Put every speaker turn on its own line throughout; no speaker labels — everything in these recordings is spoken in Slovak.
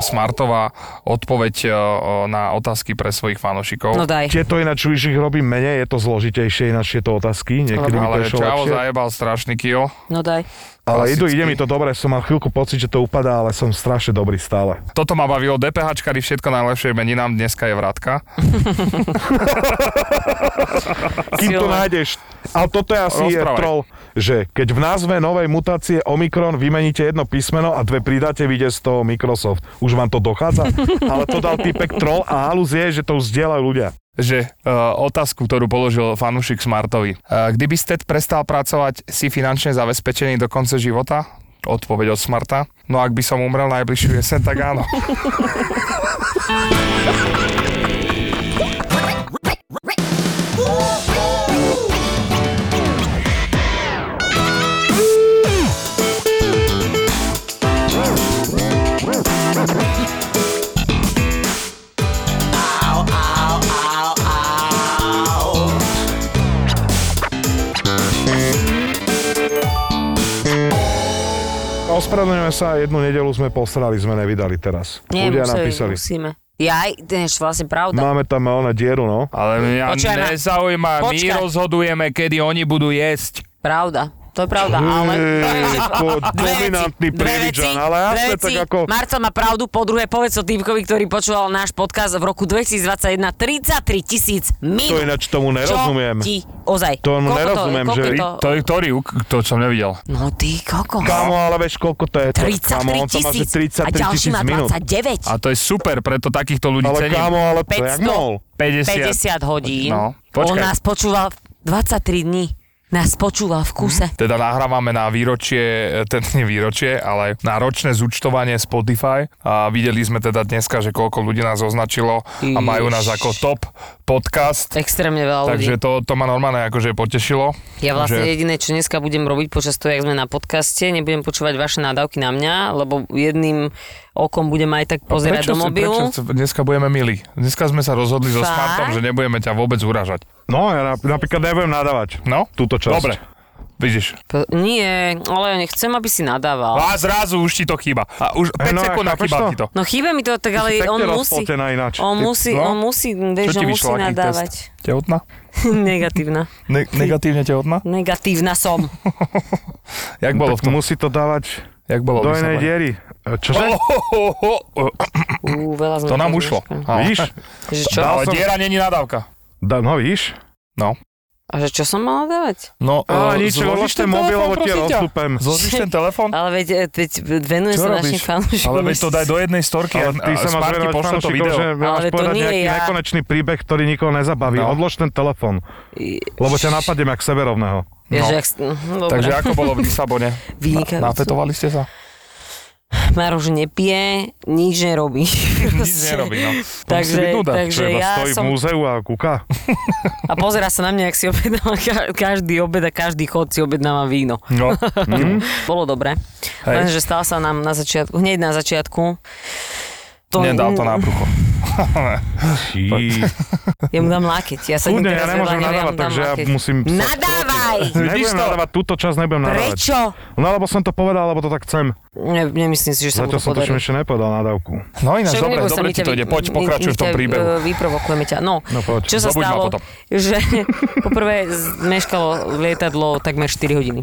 Smartová odpoveď e, na otázky pre svojich fanošikov.
No daj.
Tieto ináč už ich robím menej, je to zložitejšie, ináč tieto otázky, niekedy by to
ale
išlo
Čavo
lepšie.
zajebal strašný kill.
No daj.
Ale
klasicky.
idú, ide mi to dobre, som mal chvíľku pocit, že to upadá, ale som strašne dobrý stále.
Toto ma bavilo, DPHčkari, všetko najlepšie meninám, dneska je vratka.
Kým to
Silné.
nájdeš, ale toto je asi je
Rozprávaj.
troll, že keď v názve novej mutácie Omikron vymeníte jedno písmeno a dve pridáte, vyjde z toho Microsoft. Už vám to dochádza? ale to dal typek troll a halus je, že to už zdieľajú ľudia.
Že e, otázku, ktorú položil fanúšik Smartovi. E, kdyby ste prestal pracovať, si finančne zabezpečený do konca života? Odpoveď od Smarta. No ak by som umrel najbližšiu jesen, tak áno.
Ospravedlňujeme sa, jednu nedelu sme posrali, sme nevydali teraz.
Nie,
ľudia
museli,
napísali.
musíme. Ja aj, to je vlastne pravda.
Máme tam ona dieru, no.
Ale mňa
Počkaj ma.
nezaujíma, my
Počkaj.
rozhodujeme, kedy oni budú jesť.
Pravda. To je pravda, ale...
Ej, po-
Dve veci,
dominantný
dve
Prievidžan,
veci,
ale
dve
jasne,
veci.
tak ako...
Marco má pravdu, po druhé povedz o týpkovi, ktorý počúval náš podcast v roku 2021 33 tisíc
To
minút.
ináč tomu nerozumiem.
Čo ti ozaj?
To mu
koľko
nerozumiem,
to, koľko
že-
To...
To je ktorý, uk- to som nevidel.
No ty, koľko?
Kamo, ale vieš, koľko to je? To-
33
Kamo, on to má, že
tisíc. A
33
ďalší
tisíc
má
minút.
A
29.
to je super, preto takýchto ľudí
Ale
cením.
kamo, ale to
500.
jak mohol?
50.
50 hodín.
No,
On
počkaj.
nás počúval 23 dní. Nás počúval v kuse.
Teda nahrávame na výročie, e, teda nie výročie, ale na ročné zúčtovanie Spotify a videli sme teda dneska, že koľko ľudí nás označilo a majú nás ako top podcast.
Extrémne veľa ľudí.
Takže to, to ma normálne akože potešilo.
Ja vlastne
že-
jediné, čo dneska budem robiť počas toho, jak sme na podcaste, nebudem počúvať vaše nádavky na mňa, lebo jedným okom budem aj tak pozerať
Prečo
do
ste-
mobilu.
Prečo ste- dneska budeme milí? Dneska sme sa rozhodli so
Fakt?
Smartom, že nebudeme ťa vôbec uražať.
No, ja nap- napríklad nebudem nadávať.
No?
Túto časť.
Dobre. Vidíš.
Po- Nie, ale nechcem, aby si nadával.
A zrazu už ti to chýba. A už 5
no,
sekúnd a
chápeš
chýba
to?
ti to.
No chýba mi to, tak ale
pekne
on musí,
rozpoltená ináč.
on
Ty-
musí,
no?
on musí,
Čo
vieš,
ti
on musí
vyšlo, aký
nadávať.
test? Tehotná?
Negatívna.
Ne- negatívne tehotná?
Negatívna som.
Jak bolo v
Tak
tom?
musí to dávať
Jak bolo
do
v
inej
Lisabone?
diery. E, Čože?
Ho, ho, ho, ho.
Ú, veľa sme
To nám
toho
ušlo.
dneska.
No.
Vidíš?
Že čo?
Dal
Ale
som-
diera není nadávka.
Da, no vidíš?
A že čo som mala dávať?
No,
A
e, zložíš
nič, eh, zložíš ten mobil, lebo ti
prosím ťa?
rozstúpem.
Zložíš ten telefón?
Ale veď, e, veď venujem
Čo
sa našim
robíš?
fanúšikom.
Ale veď to daj do jednej storky a,
Ale ty
a
sa máš
Smarty
venovať
pošle to
fanúšikom,
video.
že
Ale
máš
to
povedať
nie
nejaký
ja.
nekonečný príbeh, ktorý nikoho nezabaví.
No.
Odlož ten telefón, lebo ťa napadnem jak severovného.
Vieš,
No.
jak... no, dobre.
Takže ako bolo v Lisabone?
Vynikajúco.
Na, nafetovali ste sa?
Maro, že nepije, nič nerobí.
Nič nerobí, no. To musí
Takže,
byť nuda.
takže
Čo iba
ja
stojí v
som...
múzeu a kúka.
A pozera sa na mňa, ak si objednávam ka- každý obed a každý chod si objednávam víno.
No,
Bolo dobre,
Hej.
lenže stal sa nám na začiatku, hneď na začiatku. To,
nedal to na brucho.
Či-
Ja mu dám lakeť. Ja sa
Kľudne, ja nemôžem nadávať, takže ja musím... sa-
Nadávaj!
Vidíš
Nebudem
to?
nadávať, túto časť nebudem nadávať.
Prečo?
No lebo som to povedal, lebo to tak chcem.
Ne, nemyslím si, že sa mu to
Zatiaľ som to
podarí.
ešte nepovedal nadávku.
No ináč,
Však
dobre,
neboj sa,
dobre
my
ti
ťa
to
vy-
ide. Poď,
my-
provokujeme v
my
tom
ťa,
príbehu.
e, Vyprovokujeme ťa. No,
No poď,
čo sa
zabuď ma
stalo,
potom.
že poprvé meškalo lietadlo takmer 4 hodiny.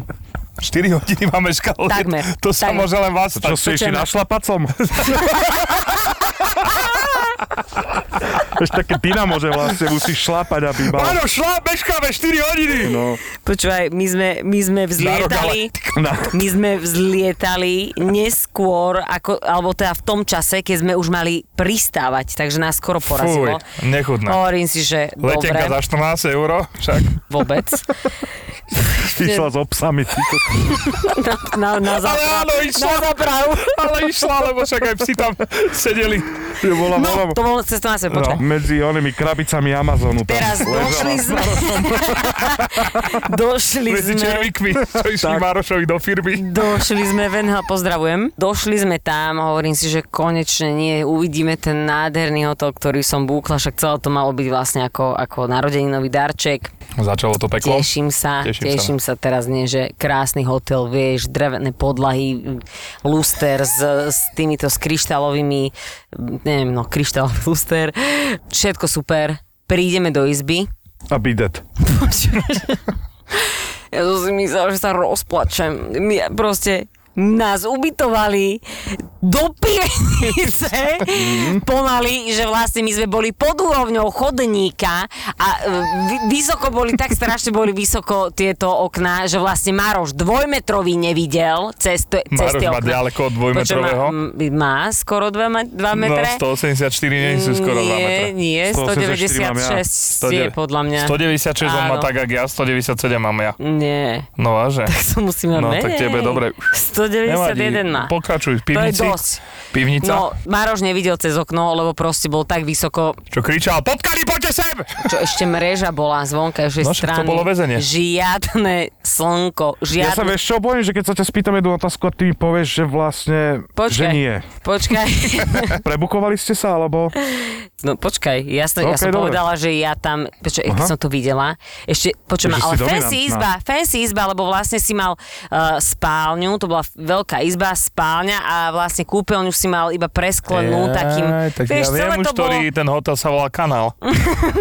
4 hodiny máme škalu.
Takmer,
To sa
takmer.
môže len vás
Čo si išli
počujeme.
našlapacom? Ešte také dynamo, že vlastne musíš šlapať, aby mal...
Áno, šla, meškáme 4 hodiny.
No,
Počúvaj, my sme, my sme vzlietali,
na,
my sme vzlietali neskôr, ako, alebo teda v tom čase, keď sme už mali pristávať, takže nás skoro
Fuj,
porazilo.
nechutné.
Hovorím si, že
Letenka
dobre,
za 14 eur, však.
vôbec.
išla s obsami. ty kokos.
Na, na, na,
Ale
záprav,
áno,
na
išla.
zápravu.
Ale išla, lebo však aj psi tam sedeli.
Že bola, bola,
No, to bolo cesta na sebe, počkaj.
medzi onými krabicami Amazonu. Tam
Teraz
ležala.
došli sme. došli
Medzi
sme.
červíkmi, čo išli Marošovi do firmy.
Došli sme ven, ha, pozdravujem. Došli sme tam, hovorím si, že konečne nie, uvidíme ten nádherný hotel, ktorý som búkla, však celé to malo byť vlastne ako, ako narodeninový darček.
Začalo to peklo.
Teším sa,
Teším
teším,
sa.
teším sa. teraz, nie, že krásny hotel, vieš, drevené podlahy, luster s, s týmito s kryštálovými, neviem, no, kryštálový luster, všetko super. Prídeme do izby,
A bidet.
ja som si myslela, že sa rozplačem. My proste nás ubytovali do pivenice
Mhm.
pomaly, že vlastne my sme boli pod úrovňou chodníka a e, vy, vysoko boli, tak strašne boli vysoko tieto okná, že vlastne Maroš dvojmetrový nevidel cez, to, cez
Maroš
tie
má
okná.
ďaleko od dvojmetrového.
Počuj, má, má skoro 2
No,
metre?
184 nie sú skoro 2 metre.
Nie, nie,
184 mám ja.
196 je podľa mňa.
196 on má
Áno.
tak, jak ja, 197 mám ja.
Nie.
No a že?
Tak som musím mať
No,
menej.
tak tebe dobre.
191 má.
Pokračuj, v pivnici.
To je dosť.
Pivnica.
No, Maroš nevidel cez okno, lebo proste bol tak vysoko,
Čo kričal, potkali, poďte sem!
čo ešte mreža bola z vonkajšej
No, však to
strany.
bolo väzenie.
Žiadne slnko,
Ja
žiadne...
sa vieš čo bojím, že keď sa ťa spýtam jednu otázku a ty mi povieš, že vlastne, že
Počkaj,
nie.
počkaj,
Prebukovali ste sa, alebo...
no počkaj, ja som, ja
Ok,
som
dobre.
povedala, že ja tam, počkaj, keď
Aha.
som to videla, ešte, počkaj ma,
Takže si
ale
no.
fancy
dominantná.
izba, fancy izba, lebo vlastne si mal uh, spálňu, to bola f- veľká izba, spálňa a vlastne kúpeľňu si mal iba presklenú takým,
Jaj, tak ja
vieš,
viem
celé
už,
to bolo...
ktorý ten hotel sa volá Kanál.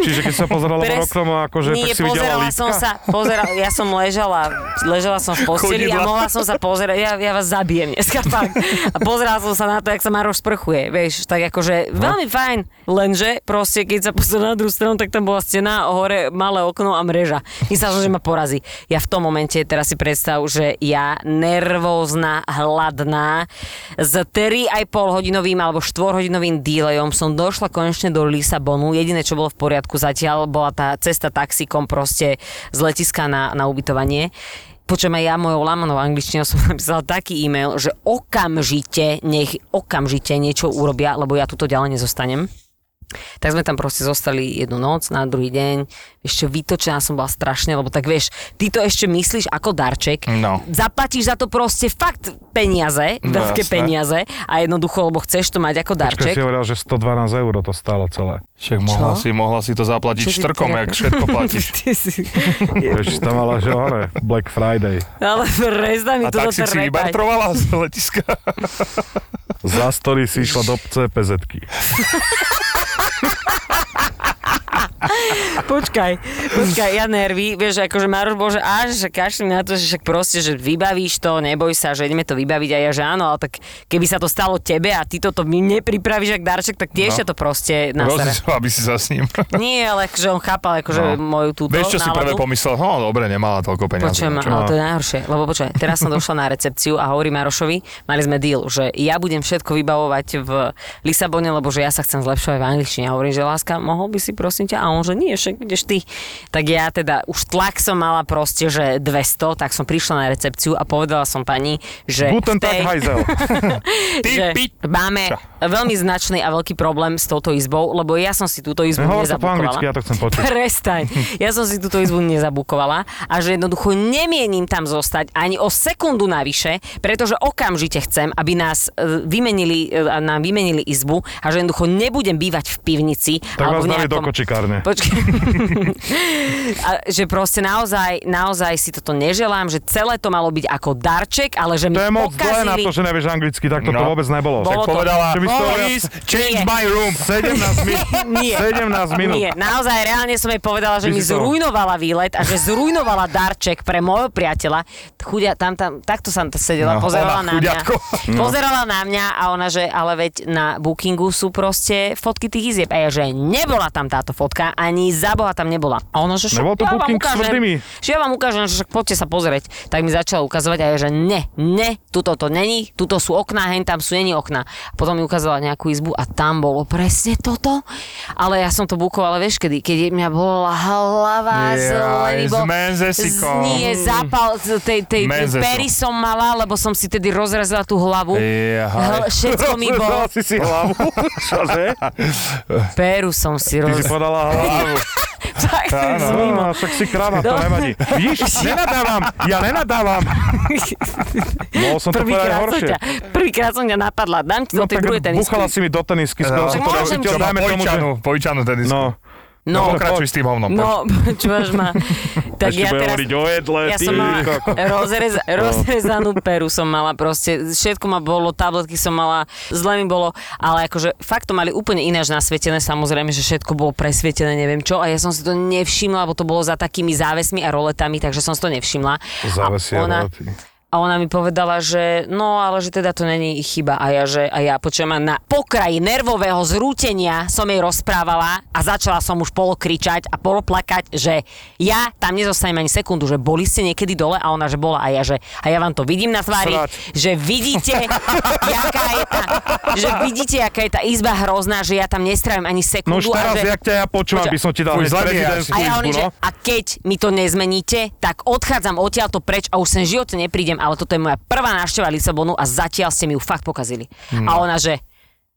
Čiže keď sa pozerala von
Pres-
oknom, akože
Nie,
tak si videla
pozerala
lítka?
som sa, pozerala, ja som ležala, ležala som v posteli a
Chodidla.
mohla som sa pozerať, ja, ja vás zabijem dneska fakt. A pozerala som sa na to, jak sa Maroš sprchuje, vieš, tak akože veľmi fajn, lenže proste keď sa pozerala na druhú stranu, tak tam bola stena, hore malé okno a mreža. Myslela som, že ma porazí. Ja v tom momente teraz si predstav, že ja nervózna, hladná, s 3,5 hodinovým alebo 4 hodinovým delayom som došla konečne do Lisabonu. Jediné, čo bolo v poriadku zatiaľ, bola tá cesta taxikom proste z letiska na, na ubytovanie. Počujem aj ja mojou lamanou angličtinou som napísala taký e-mail, že okamžite, nech okamžite niečo urobia, lebo ja tuto ďalej nezostanem. Tak sme tam proste zostali jednu noc, na druhý deň, ešte vytočená som bola strašne, lebo tak vieš, ty to ešte myslíš ako darček,
No.
zaplatíš za to proste fakt peniaze,
No, jasné.
veľké peniaze a jednoducho, lebo chceš to mať ako
Keď
darček.
si hovorila, že 112 eur to stálo celé.
Však mohla si, mohla si to zaplatiť
Čo ty
štrkom,
teda-
jak všetko platíš.
Ty si-
Vieš, tam mala, že hore, Black Friday.
Ale prezda
A
mi toto
tak si si
trepať.
vybartrovala z letiska.
Za story si išla do cpz
Počkaj, počkaj, ja nervy, vieš, akože Maroš Bože, až že kašli na to, že však proste, že vybavíš to, neboj sa, že ideme to vybaviť a ja, že áno, ale tak keby sa to stalo tebe a ty toto mi nepripravíš ako darček, tak tiež
No.
ťa to proste nasere.
Rozhodla by si sa s ním.
Nie, ale akože on chápal akože
No.
moju túto
Vieš, čo si
náladu.
prvé pomyslel? No, dobre, nemala toľko peniazy. no,
Počujem,
Čo?
ale to je najhoršie, lebo počujem, teraz som došla na recepciu a hovorím Marošovi, mali sme deal, že ja budem všetko vybavovať v Lisabone, lebo že ja sa chcem zlepšovať v angličtine. A hovorím, že láska, mohol by si prosím ťa? A on, že nie, však ideš ty. Tak ja teda, už tlak som mala proste, že 200, tak som prišla na recepciu a povedala som pani, že...
Guten
v tej-
Tag, Heisel.
že
pič-
máme veľmi značný a veľký problém s touto izbou, lebo ja som si túto izbu
Hovor to po
nezabukovala.
anglicky, ja to chcem počuť.
Prestaň. Ja som si túto izbu nezabukovala a že jednoducho nemienim tam zostať ani o sekundu navyše, pretože okamžite chcem, aby nás e, vymenili, e, a nám vymenili izbu a že jednoducho nebudem bývať v pivnici.
Tak
alebo v
vás dali do
nejakom...
kočikárne.
Počkaj. a, že proste naozaj, naozaj si toto neželám, že celé to malo byť ako darček, ale že mi
To je moc zlé na
pokazili...
to, že nevieš anglicky, tak toto
No.
vôbec nebolo.
Tak
Bolo to-
povedala,
Že by si to-
"Please, change
Nie.
my room.
17 minút.
Nie.
17 minút.
Nie, naozaj reálne som jej povedala, že
Ty
mi
si to-
zrujnovala výlet a že zrujnovala darček pre môjho priateľa. Chudia, tam, tam, takto som tam sedela,
No,
pozerala
ona,
na mňa.
chudiatko.
No.
Pozerala na mňa a ona, že ale veď na bookingu sú proste fotky tých izieb. A ja, že nebola tam táto fotka ktorá ani za boha tam nebola. A ona, že však
Nebol No, to
ja vám
booking s
ukážem,
tvrdými?
že ja vám ukážem, že však poďte sa pozrieť. Tak mi začala ukazovať a ja, že ne, ne, tuto to není, tuto sú okná, hen tam sú není okná. A potom mi ukázala nejakú izbu a tam bolo presne toto. Ale ja som to bukovala, vieš kedy, keď mňa bola hlava
Jaj,
zle,
s menzesikom.
Mm.
Nie, zápal z tej, tej, tej
Menzesom.
pery som mala, lebo som si tedy rozrazila tú hlavu. Hl-
Jehaj.
všetko mi bolo.
Rozrezala si si hlavu, čože?
Peru som si
Ty si
roz...
podala hlavu.
Tak,
Áno, však si kráva, to
No.
nevadí. Vidíš, nenadávam, ja nenadávam. Mohol som No to povedať
Prvýkrát som,
horšie.
ťa, prvýkrát som ťa napadla. Dám ti no, tej druhej tenisky.
buchala si mi do tenisky, skoro som to
No, Môžem
dal-
ti-
chcel, dajme tomu, že...
Pojčanú, pojčanú tenisku.
No,
No,
Dobre,
Pokračuj s tým hovnom. poď.
No, počúvaš ma. Tak
ešte
ja
bude
teraz...
hovoriť o jedle,
Ja
ty No.
som mala
kokos.
rozrez, rozrezanú peru som mala proste, všetko ma bolo, tabletky som mala, zle mi bolo, ale akože fakt to mali úplne ináč nasvietené, samozrejme, že všetko bolo presvietené, neviem čo, a ja som si to nevšimla, lebo to bolo za takými závesmi a roletami, takže som si to nevšimla.
Závesie,
a ona,
no, ty.
a ona mi povedala, že no, ale že teda to není ich chyba. A ja, že a ja počujem, a na pokraji nervového zrútenia som jej rozprávala a začala som už polokričať a poloplakať, že ja tam nezostanem ani sekundu, že boli ste niekedy dole a ona, že bola. A ja, že a ja vám to vidím na tvári,
Srať.
že vidíte, jaká je tá, že vidíte, aká je tá izba hrozná, že ja tam nestrávim ani
No
sekundu.
už teraz,
a že,
jak ťa ja počúvam,
Počkaj.
by som ti dal
Už
hneď
zabíjaš.
a
prezidentskú
ja
izbu,
hovorím, že
no.
a keď mi to nezmeníte, tak odchádzam odtiaľto preč a už sem v živote neprídem, ale toto je moja prvá návšteva Lisabonu a zatiaľ ste mi ju fakt pokazili. A ona, že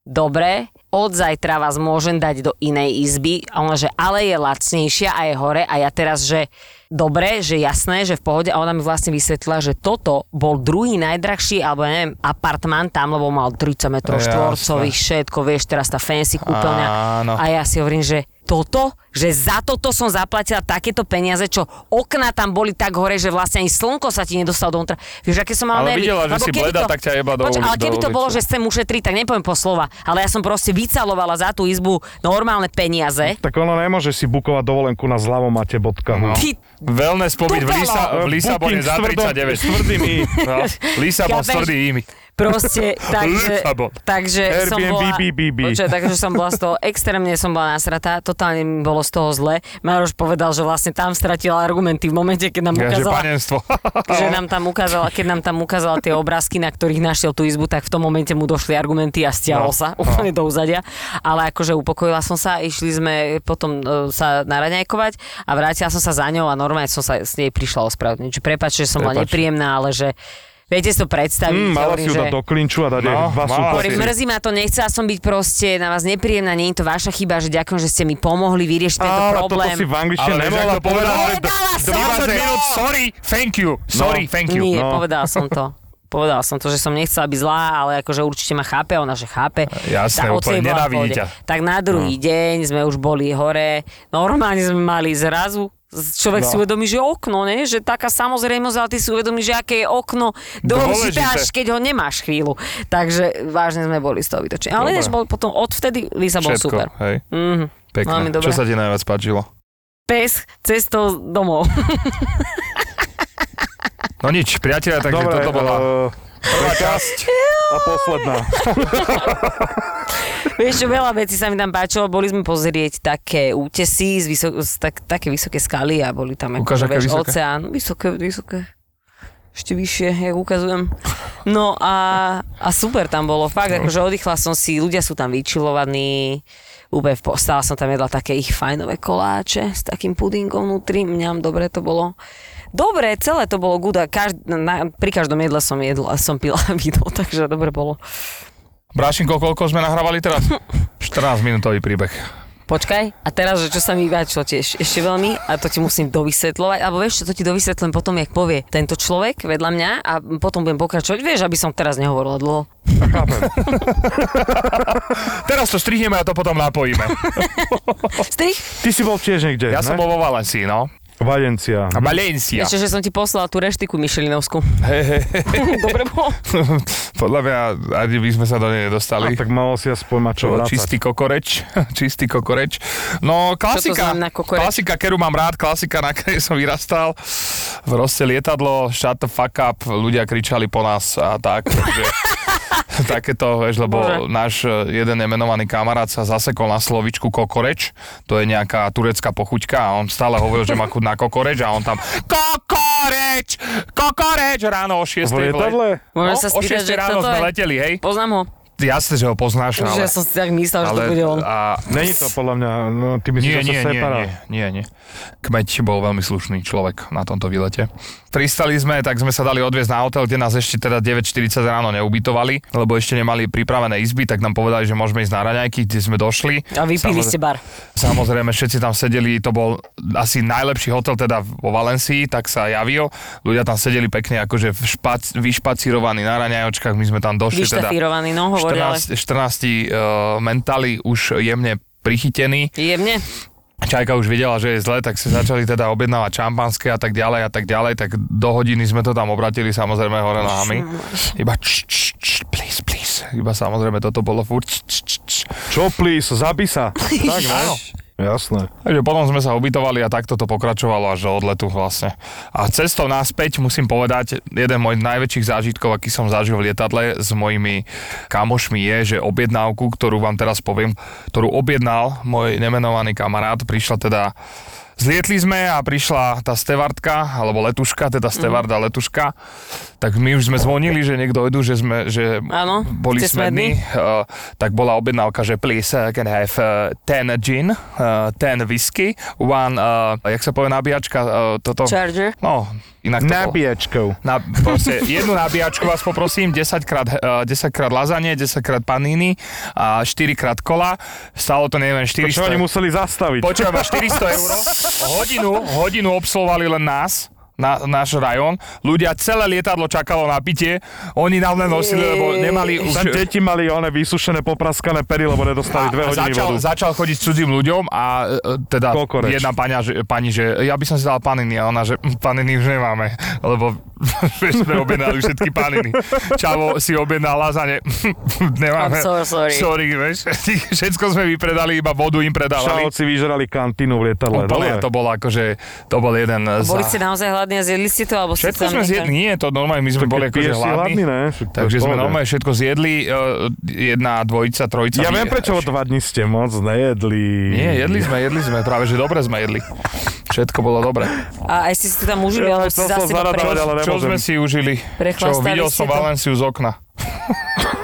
dobre, od zajtra vás môžem dať do inej izby. A ona, že ale je lacnejšia a je hore a ja teraz, že dobre, že jasné, že v pohode. A ona mi vlastne vysvetlila, že toto bol druhý najdrahší, alebo ja neviem, apartman tam, lebo mal 30 metrov
Jasné.
štvorcových, všetko, vieš, teraz tá fancy kúpeľňa.
Áno.
A ja si hovorím, že toto, že za toto som zaplatila takéto peniaze, čo okná tam boli tak hore, že vlastne ani slnko sa ti nedostalo dovnútra. Vieš, aké som mala
Ale
nervy.
videla, že
Lebo
si
keby
bleda, tak ťa jeba do
Poč-
uli-
Ale
do
keby to bolo,
ulice.
že chcem ušetriť, tak nepoviem po slova. Ale ja som proste vycalovala za tú izbu normálne peniaze.
Tak ono nemôže si bukovať dovolenku na zlavomate.hu.
Ty,
Hm. Wellness pobyt v,
Tupelo.
Lisa, No. v Lisabone
Booking
za
s Eh, tvrdom-
39.
S tvrdým i.
No, Lisabon s
Chápeš?
tvrdým imi.
proste, takže,
Lisabon.
takže som
Airbnb,
bola,
bí, bí, bí.
Počuaj, takže som bola z toho, extrémne som bola nasratá, totálne mi bolo z toho zle. Maroš povedal, že vlastne tam stratila argumenty v momente, keď
Ja,
nám
že
ukázala,
panenstvo.
že nám tam ukázala, keď nám tam ukázala tie obrázky, na ktorých našiel tú izbu, tak v tom momente mu došli argumenty a
No,
stiahol sa úplne do uzadia. Ale akože upokojila som sa, išli sme potom e, sa naraňajkovať a vrátila som sa za ňou a normálne som sa s nej prišla ospravedlniť. Čiže Prepač, že som
Prepač.
bola nepríjemná, ale že viete si to predstaviť.
Mm, mala
hovorím,
si ju
že...
dať do klinču a dať jej
No,
dva
mala
súplasy.
si.
Hovorím, mrzí ma to, nechcela som byť proste na vás nepríjemná, nie je to vaša chyba, že ďakujem, že ste mi pomohli vyriešiť tento
Ale toto
problém.
si v angličtine
Ale vieš,
nemohla
ako povedala,
povedať.
ale
Povedala som
20
to!
minút, sorry, thank you, sorry,
No.
thank you.
Nie,
No.
povedala som to. Povedala som to, že som nechcela byť zlá, ale akože určite ma chápe, ona že chápe.
Jasné,
Tá, otec
úplne,
bola v
nenávidí
pohode.
ťa. No.
Tak na druhý deň sme už boli hore, normálne sme mali zrazu Človek
No.
si uvedomí, že okno, ne? že taká samozrejmosť, ale ty si uvedomí, že aké je okno
Dôležité.
dôležité, až keď ho nemáš chvíľu. Takže vážne sme boli z toho vytočení. Ale
Dobre.
vieš, bol potom odvtedy Lisabon
Všetko,
super.
hej.
Mhm.
Pekné.
Veľmi dobre.
Čo sa ti najviac páčilo?
Pes cestou domov.
No nič, priatelia, takže
Dobre,
toto bola
eh,
prvá časť.
a posledná.
Vieš čo, veľa vecí sa mi tam páčilo, boli sme pozrieť také útesy z, vysok- z tak, také vysoké skaly a boli tam ako,
Ukáž,
že,
aké
vieš,
vysoké.
oceán, vysoké, vysoké, ešte vyššie, jak ukazujem. No a, a super tam bolo, fakt,
No.
akože oddychla som si, ľudia sú tam vyčilovaní, úplne v po- stála som tam jedla také ich fajnové koláče s takým pudingom vnútri, mňam dobre to bolo. Dobre, celé to bolo good a každ- na, pri každom jedle som jedla, som pila víno, takže dobre bolo.
Brášinko, koľko sme nahrávali teraz? 14 minútový príbeh.
Počkaj, a teraz, že čo sa mi páčilo tiež ešte veľmi, a to ti musím dovysvetľovať, alebo vieš, čo to ti dovysvetlím potom, jak povie tento človek vedľa mňa a potom budem pokračovať, vieš, aby som teraz nehovorila dlho.
Teraz to strihneme a to potom napojíme. Oh.
Strich?
Ty si bol tiež niekde,
Ja
ne?
som bol vo Valencii, no.
Valencia.
A Valencia.
Ešte, že som ti poslala tú reštiku Mišelinovskú.
Hej, hej, hej.
Dobre bolo.
Podľa mňa ani by sme sa do nej
A
nedostali.
tak malo si aspoň mať čo
Čo,
vrácať.
čistý kokoreč, čistý kokoreč. No, klasika,
znamená kokoreč?
klasika, ktorú mám rád, klasika, na ktorej som vyrastal. Proste lietadlo, shut the fuck up, ľudia kričali po nás a tak. Takže, takéto, vieš, lebo
Bože.
náš eh, jeden nemenovaný kamarát sa zasekol na slovičku kokoreč, to je nejaká turecká pochuťka a on stále hovoril, že má chuť na kokoreč a on tam kokoreč, kokoreč ráno o 6.
V lietadle?
Môžem
No,
sa
o
spýtať,
6
že
ráno
kto to
sme
je?
leteli, hej?
Poznám ho.
Jasne, že ho poznáš,
Že
ale...
ja som si tak myslel, že
ale
to bude on.
a,
Není to podľa mňa, no ty myslíš,
nie,
že
nie,
sa
nie,
separa.
nie, nie, nie. Kmeď bol veľmi slušný človek na tomto výlete. Pristali sme, tak sme sa dali odviezť na hotel, kde nás ešte teda 9.40 ráno neubytovali, lebo ešte nemali pripravené izby, tak nám povedali, že môžeme ísť na raňajky, kde sme došli.
A vypili ste bar.
Samozrejme, všetci tam sedeli, to bol asi najlepší hotel teda vo Valencii, tak sa javil. Ľudia tam sedeli pekne, akože v špac, vyšpacírovaní na raňajočkách, my sme tam došli teda
Vyštafírovaný, no hovorí, ale
14, 14 uh, mentali už jemne prichytení.
jemne.
Čajka už videla, že je zle, tak si začali teda objednávať šampanské a tak ďalej a tak ďalej, tak do hodiny sme to tam obratili samozrejme hore nohami. Iba č, č, č, please, please. Iba samozrejme toto bolo furt. Č, č, č.
Čo, please, zabi sa. tak,
Áno.
ne? Jasné.
Takže potom sme sa ubytovali a takto to pokračovalo až do odletu vlastne. A cestou naspäť musím povedať, jeden môj najväčších zážitkov, aký som zažil v lietadle s mojimi kamošmi je, že objednávku, ktorú vám teraz poviem, ktorú objednal môj nemenovaný kamarát, prišla teda Zlietli sme a prišla tá stevardka, alebo letuška,
Mhm.
teda stevarda letuška, tak my už sme zvonili, že niekto idú, že sme, že
Áno,
boli
ste smední.
smední uh, tak bola objednávka, že please uh, can I have uh, 10 gin, uh, 10 whisky, one, uh, jak sa povie nabíjačka, uh, toto...
Charger.
No, inak to bolo.
Nabíjačkou.
Na, proste, jednu nabíjačku vás poprosím, 10 krát, uh, 10 krát lazanie, 10 krát panini a 4 krát kola. Stalo to, neviem,
To čo oni
400...
museli zastaviť?
Počujem, 400 eur. Hodinu, hodinu obsluhovali len nás na, náš rajon. Ľudia, celé lietadlo čakalo na pitie. Oni nám len nosili, lebo nemali už...
Tam deti mali one vysušené, popraskané pery, lebo nedostali dve
a
hodiny
začal,
vodu.
začal chodiť cudzím ľuďom a e, teda
Kokoreč.
jedna paňa, že, pani, že ja by som si dal paniny a ona, že "Mm, paniny už nemáme, lebo sme objednali všetky paniny. Čavo si objednal lazane, nemáme.
I'm so sorry.
Sorry, vieš, všetko sme vypredali, iba vodu im predávali.
Šalovci vyžrali kantínu v lietadle.
Úplne
dobre?
to bol akože, to bol jeden z...
Boli ste naozaj hladní a zjedli ste to? Alebo ste
Všetko
tam
sme
nechali?
zjedli, nie, to normálne, my sme
Keď
boli akože
piješ si hladný,
hladní.
ne? Však to je v
Takže sme
pohode.
normálne všetko zjedli, e, jedna, dvojica, trojica.
Ja
my-
viem, prečo o dva dní ste moc nejedli.
Nie, jedli sme, jedli sme, práve že dobre sme jedli. Všetko bolo dobre.
A aj ste si to tam užili,
Ja
ale
som
ste
chcel
zase iba
zaradovať,
pre...
ale-
Čo
nemôžem.
sme si užili? Čo,
Prechlastali
videl
ste
som
to?
Valenciu z okna.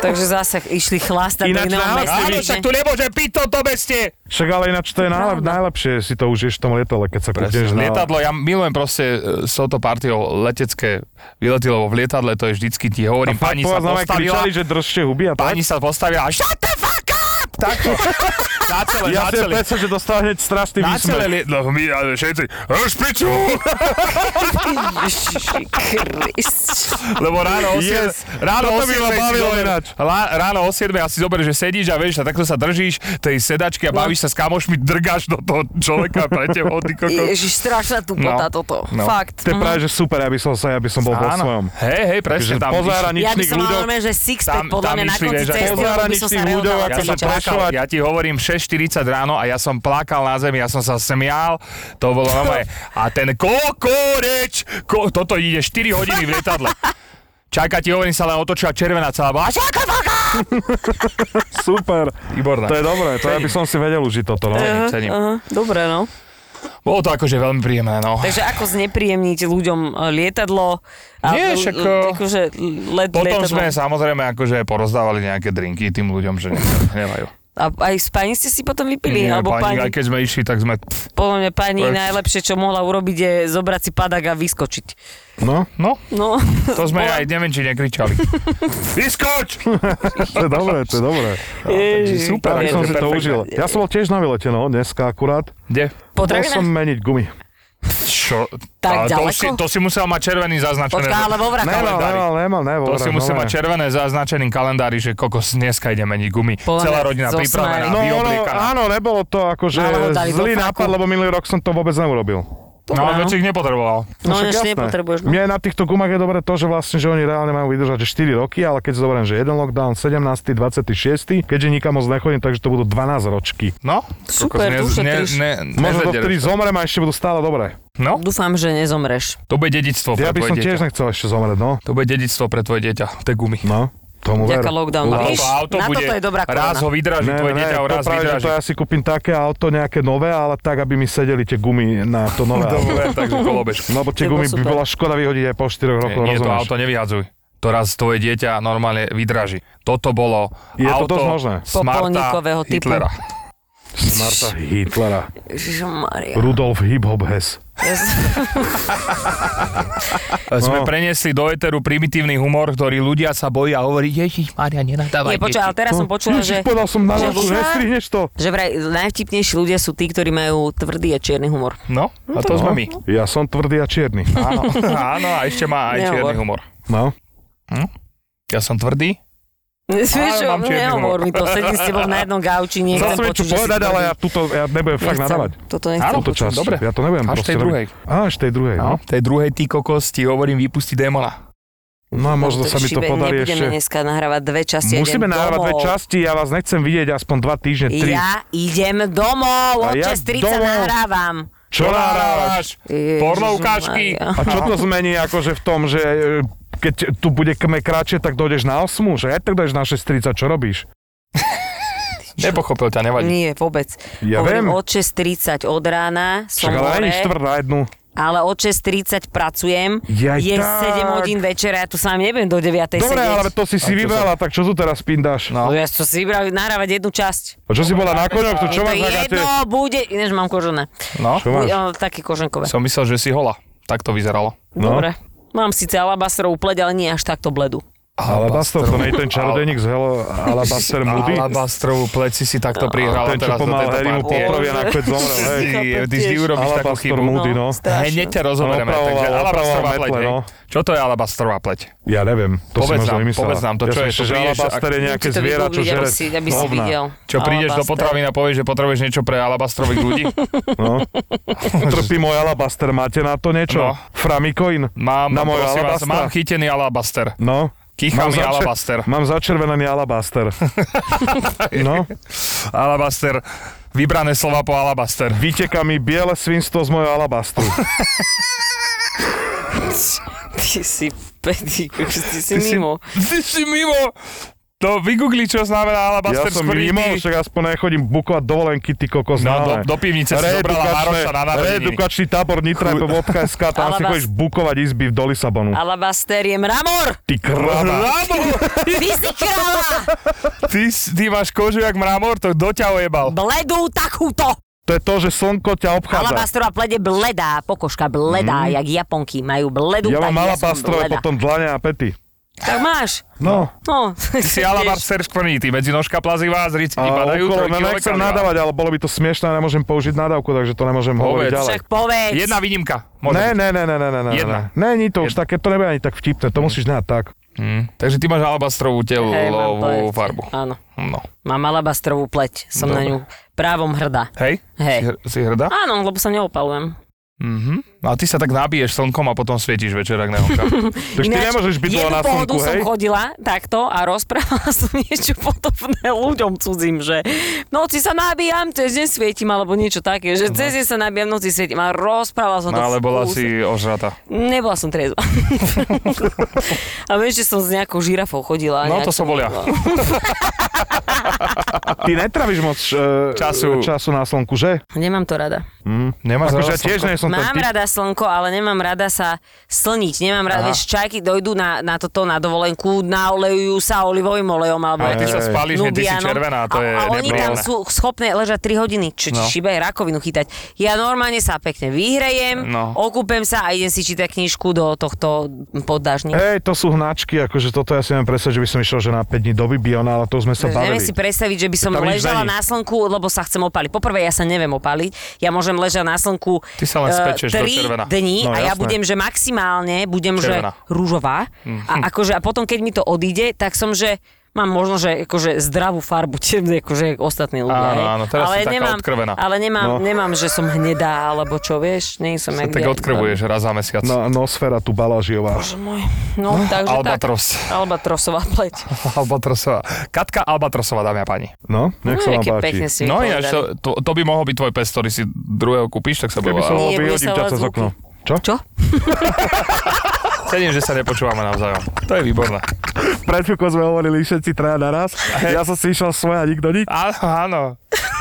Takže zase išli chlastať do
Ináč
iného
na
mesta.
Áno,
nie?
nemôže piť toto meste!
Však ale ináč to je najlep, najlepšie, si to užiješ v tom lietadle, keď sa kúkneš na...
Lietadlo, ja milujem proste e, s touto partiou letecké vylety, lebo v lietadle to je vždycky, ti hovorím, pani sa
Povedz, no,
postavila,
kričali, že držte huby a tak.
pani sa postavila a shut the fuck up! Takto. Na celé, na
Ja si
celé.
predstav, že dostal hneď strašný
Na celé
výsmech.
lietadlo, my ale všetci, špiču!
Ježiši Krist.
Lebo ráno o 7,
Yes.
ráno
Toto
o
by ma
7, si
bavilo
zober,
ináč.
lá- ráno o 7 asi zober, že sedíš a vieš, a takto sa držíš tej sedačky a bavíš sa s kamošmi, drgáš do toho človeka pre tebou, ty kokos.
Ježiš, strašná tupota
No,
toto.
no.
Fakt.
To je práve, že super, aby som sa, aby som bol vo svojom.
Hej, hej, presne
Takže
tam.
po
išli-
No, Ja by
zahraničných
som mala
ľuďoch,
normálne, že sixpack
Tam-
podľa
tam
mňa na
išli,
konci
vieš, aj
cesty,
po
lebo by som sa
zahraničných ľuďoch,
rehovala
ako
celý
sa
čas.
prešlo-
plakal. Ja ti hovorím 6.40 ráno a ja som plakal na zemi, ja som sa smial, to bolo normálne. A ten kokoreč, ko, toto ide 4 hodiny v lietadle. Čajka ti hovorím sa len otočila červená celá. bola, "Čajka, fuck!"
Super.
Výborné.
To je dobré, to ja by som si vedel užiť toto. No.
Cením, cením.
Aha, Dobre, no.
Bolo to akože veľmi príjemné, no.
Takže ako znepríjemniť ľuďom e, lietadlo? A
Nie,
l-
však,
l-
e,
akože let,
Potom
lietadlo.
sme samozrejme akože porozdávali nejaké drinky tým ľuďom, že nech sa hnevajú.
A aj s pani ste si potom vypili?
Nie,
alebo pani,
Aj keď sme išli, tak sme... pff,
podľa mňa pani
Pec.
najlepšie, čo mohla urobiť, je zobrať si padak a vyskočiť.
no,
No,
No,
to sme
bola-
aj, neviem, či nekričali. Vyskoč!
to je dobré, to je dobré.
Ježiš,
super,
Tak
Je,
som
že
si to
perfektné.
užil. Ja som bol tiež na vylete, no, dneska akurát.
Kde?
Bol
Potravina?
som meniť gumy.
Čo? A to,
Tak ďaleko?
si, to si musel mať červený zaznačené.
Počká, ale vo vraku.
Nemal,
kalendári.
nemal, nemal, nemal.
To si musel mať červené zaznačeným kalendári, že kokos, dneska ideme meniť gumy.
Podľa mňa
Celá rodina
zosmaj.
pripravená,
No, ono,
vyobliekaná.
áno, nebolo to akože
Ale ho dali do
zlý
fáku.
nápad, lebo minulý rok som to vôbec neurobil.
No, ale väčších nepotreboval.
No,
však
než
jasné.
nepotrebuješ, no.
Mne na týchto gumách je dobré to, že vlastne, že oni reálne majú vydržať že 4 roky, ale keď zoberiem, že jeden lockdown, 17. 26. keďže nikam moc nechodím, takže to budú 12 ročky.
No,
Super,
kokos, ne,
ušetríš.
ne, ne,
Možno do
nevedeli.
3 zomrem a ešte budú stále dobré.
No,
Dúfam, že nezomreš.
to bude dedictvo pre
Ja by
tvoje
som tiež
dieťa.
nechcel ešte zomrieť, no.
To bude dedictvo pre tvoje dieťa, tie gumy.
No. Tomu
Vďaka
ver.
lockdownu.
Lebo-
Víš, na toto je dobrá
raz
korona.
ho vydraží, tvoje dieťa ho
to
raz
práve, že
vydraží.
to ja si kúpim také auto, nejaké nové, ale tak, aby mi sedeli tie gumy na to nové auto.
Dobre, takže kolobežku.
Lebo
To
tie
bolo
gumy by
super.
bola škoda vyhodiť aj po 4
Nie,
rokoch,
nie, to
rozumieš?
auto nevyhadzuj. To raz tvoje dieťa normálne vydraží. Toto bolo
Je to
auto
dosť možné.
Smarta
Popolníkového typu.
Hitlera.
Smarta Hitlera.
Ježišmaria.
Rudolf Hip-Hop Hess.
Ja som-
Sme
No.
preniesli do eteru primitívny humor, ktorý ľudia sa boja hovoriť, Ježiš Maria, nenadávaj
Nie, počkaj, ale teraz som počula, že...
Ježiš, povedal som na
že
vás,
ľudia-
nestrihneš to.
Že vraj najvtipnejší ľudia sú tí, ktorí majú tvrdý a čierny humor.
No, a to sme my.
Ja som tvrdý a čierny.
Áno, áno, a ešte má aj
Nehovor.
čierny humor.
No.
Ja som tvrdý.
Vieš čo,
mám čierny
nehovor
humor.
mi to, sedím s tebou na jednom gauči,
Chcel
nechcem
som niečo
počuť, že si
povedať, ale
tvrdý.
ja tuto, ja nebudem fakt
Nechcem.
nadávať.
Toto nechcem.
Áno.
Túto časť.
dobre.
Ja to nebudem
Až
proste
tej
robiť.
druhej.
Až tej druhej, no.
No, tej druhej ty kokos, ti hovorím, vypusti démona.
No a možno sa mi to
Šibe,
podarí
Nebudeme
ešte.
dneska nahrávať dve časti.
Musíme
idem
nahrávať dve
domov.
časti, ja vás nechcem vidieť aspoň dva týždne, tri.
Ja idem domov,
A
od
ja
6.30
domov.
nahrávam.
Čo nahrávaš?
Porno
Ježišu
ukážky.
Maria.
A čo to
No.
zmení akože v tom, že e, keď tu bude kme kratšie, tak dojdeš na 8, že aj tak dojdeš na 6.30, čo robíš?
Nepochopil ťa, nevadí.
Nie, vôbec.
Ja
Hovorím,
viem.
od 6.30 od rána som
Však ale ani
hore,
štvrt na jednu.
ale od 6.30 pracujem.
Jaj,
je
tak.
7 hodín večera, ja tu sám nebudem do 9.00
Dobre,
sedieť.
ale to si si
A čo
vybrala, tak čo tu teraz pindáš?
No.
No ja som si vybral nahrávať jednu časť.
A čo si bola na koňoch, to čo
To
máš na gate?
jedno bude, inéž mám kožené.
No,
Čo máš?
Ja mám také koženkové.
som myslel, že si hola. Tak to vyzeralo.
No.
Dobre. Mám síce alabastrovú pleť, ale nie až takto bledu.
Alabaster, to nie je ten čarodeník z Hello Alabaster Moody?
Alabastrovú pleci si takto prihrala
Ten, čo
teraz do
pomal
tejto
Harrymu
partie.
popravia
Bože.
nakoniec zomrel, hej.
Ty, ty si urobíš takú
Alabaster
chybu.
Moody, no.
Hneď ťa rozoberieme.
No, opravoval-
Takže alabastrová
opravoval
pleť,
metle,
hej.
no.
Čo to je alabastrová pleť?
Ja neviem, to
Povedz
si možno
nám,
vymyslela.
povedz nám to,
ja
čo
som
je,
ešte,
to
že
prídeš,
Alabaster je
ak-
Ti
nejaké
to
zviera, čo
vygoogliť,
žere.
aby si, aby si
hovna.
videl.
Čo, prídeš do
Alabaster.
potravín a povieš, že potrebuješ niečo pre alabastrových ľudí?
No. Trpí môj Alabaster, máte na to niečo?
No.
Framikoin?
Mám,
na môj
prosím vás,
Alabastra?
mám chytený alabaster.
No.
Kýcham mi
začer-
alabaster.
Mám začervenaný alabaster. no.
Alabaster. Vybrané slova po alabaster.
Vyteká mi biele svinstvo z mojho alabastru.
Ty si pedík, ty si
Ty si-
mimo.
Ty si mimo! To vygoogli, čo znamená
ja
alabaster
som
skvrnitý.
mimo, však aspoň nechodím bukovať dovolenky, ty kokos.
No,
ale.
do- do pivnice si zobrala
Reedukačné-
Maroša na narodeniny.
Reedukačný tábor nitrajpov.sk, tam si
Alabast-
chodíš bukovať izby do Lisabonu.
Alabaster je mramor!
Ty krava.
Mramor!
Ty si kráva!
Ty, s- ty máš kožu jak mramor, to kto ťa ojebal?
Bledú takúto!
To je to, že slnko ťa obchádza.
Alabastrová pleť je bledá, pokožka bledá,
Mhm.
jak japonky majú bledú,
Ja
tak
mám
som
alabastrové,
bleda.
potom dlane a pety.
Tak máš.
No.
No.
Ty si alabaster škvrnitý, medzi nožka plazivá, zrici ti
A
padajú,
okolo,
trojky
no nechcem
veľká.
nadávať, ale bolo by to smiešné, a nemôžem použiť nadávku, takže to nemôžem hovoriť
Povedz.
ďalej.
Však povedz.
Jedna výnimka. Môže
Ne,
byť.
ne, ne, ne, ne, ne, ne,
Jedna.
ne. Ne, nie to už také, to nebude ani tak vtipné, to musíš dať tak.
Hm. Takže ty máš alabastrovú
Hej, mám
telovú
pleť.
farbu.
Áno.
No.
Mám alabastrovú pleť, som na
Dobre.
ňu právom hrdá.
Hej?
Hej.
Si, hr- si hrdá?
Áno, lebo sa neopalujem.
Mhm. A ty sa tak nabiješ slnkom a potom svietíš večer, ak nehonka.
Takže ty nemôžeš byť dole
jednu
na
pohodu
slnku,
som
hej?
chodila takto a rozprávala som niečo podobné ľuďom cudzím, že v noci sa nabíjam, cez deň svietim, alebo niečo také, že cez deň sa nabíjam, v noci svietim a rozprávala som
No
to
ale
v
bola
kúse.
si ožrata.
Nebola som triezva. a vieš, že som s nejakou žirafou chodila. a
No
nejak
to som bol ja.
Ty netravíš moc e,
Času.
času na slnku, že?
Nemám to rada.
Nemáš
Akože ja
rada
tiež
slnko?
nie som ten
Mám
typ.
rada slnko, ale nemám rada sa slniť. Nemám rada, vieš, čajky dojdú na, na toto, na dovolenku, naolejujú sa olivovým olejom, alebo
Ale ty sa
Hej.
spálíš, nie, ty si
Nubianom.
červená, to
a,
je
a oni tam
nepríjemné.
sú schopné ležať 3 hodiny, čo ti
No.
šibe rakovinu chytať. Ja normálne sa pekne vyhrejem,
No.
okúpem sa a idem si čítať knižku do tohto poddažníka.
Hej, to sú hnačky, akože toto ja si neviem predstaviť, že by som išiel, že na 5 dní do Bibiona, ale to sme sa bavili.
Neviem si predstaviť, že by som
Tam nič
ležala
není.
na slnku, lebo sa chcem opáliť. Poprvé, ja sa neviem opáliť. Ja môžem ležať na slnku
Ty sa len
eh,
spečeš do
tri
červena.
dní
No,
a ja
jasné.
budem, že maximálne budem,
Červená.
že rúžová.
Mhm.
A, akože, a potom, keď mi to odíde, tak som, že mám možno, že akože zdravú farbu, temne, akože jak ostatní ľudia.
Áno,
hej.
áno, teraz
ale
si taká
nemám,
odkrvená.
Ale nemám,
No.
nemám, že som hnedá, alebo čo, vieš, nie som
Sa
jak
tak
kde-
odkrvuješ raz za mesiac.
No, nosfera tu Balažiová.
Bože môj. No, takže
Albatros.
tak. Albatrosová pleť.
Albatrosová. Katka Albatrosová, dámy a páni.
No, nech sa
No,
vám
aké pekne
páči.
si
No
vypovedali.
ináč, to, to, to by mohol byť tvoj pes, ktorý si druhého kúpiš, tak sa
Keby
bolo.
som bol,
Nie, bude
vyhodím
sa
ťa
volať
cez
zvuky.
okno. Čo?
Čo?
Cením, že sa nepočúvame navzájom. To je výborné.
Pred chvíľkou sme hovorili všetci traja naraz. Ja som si išiel svoje a nikto nič.
Áno, áno.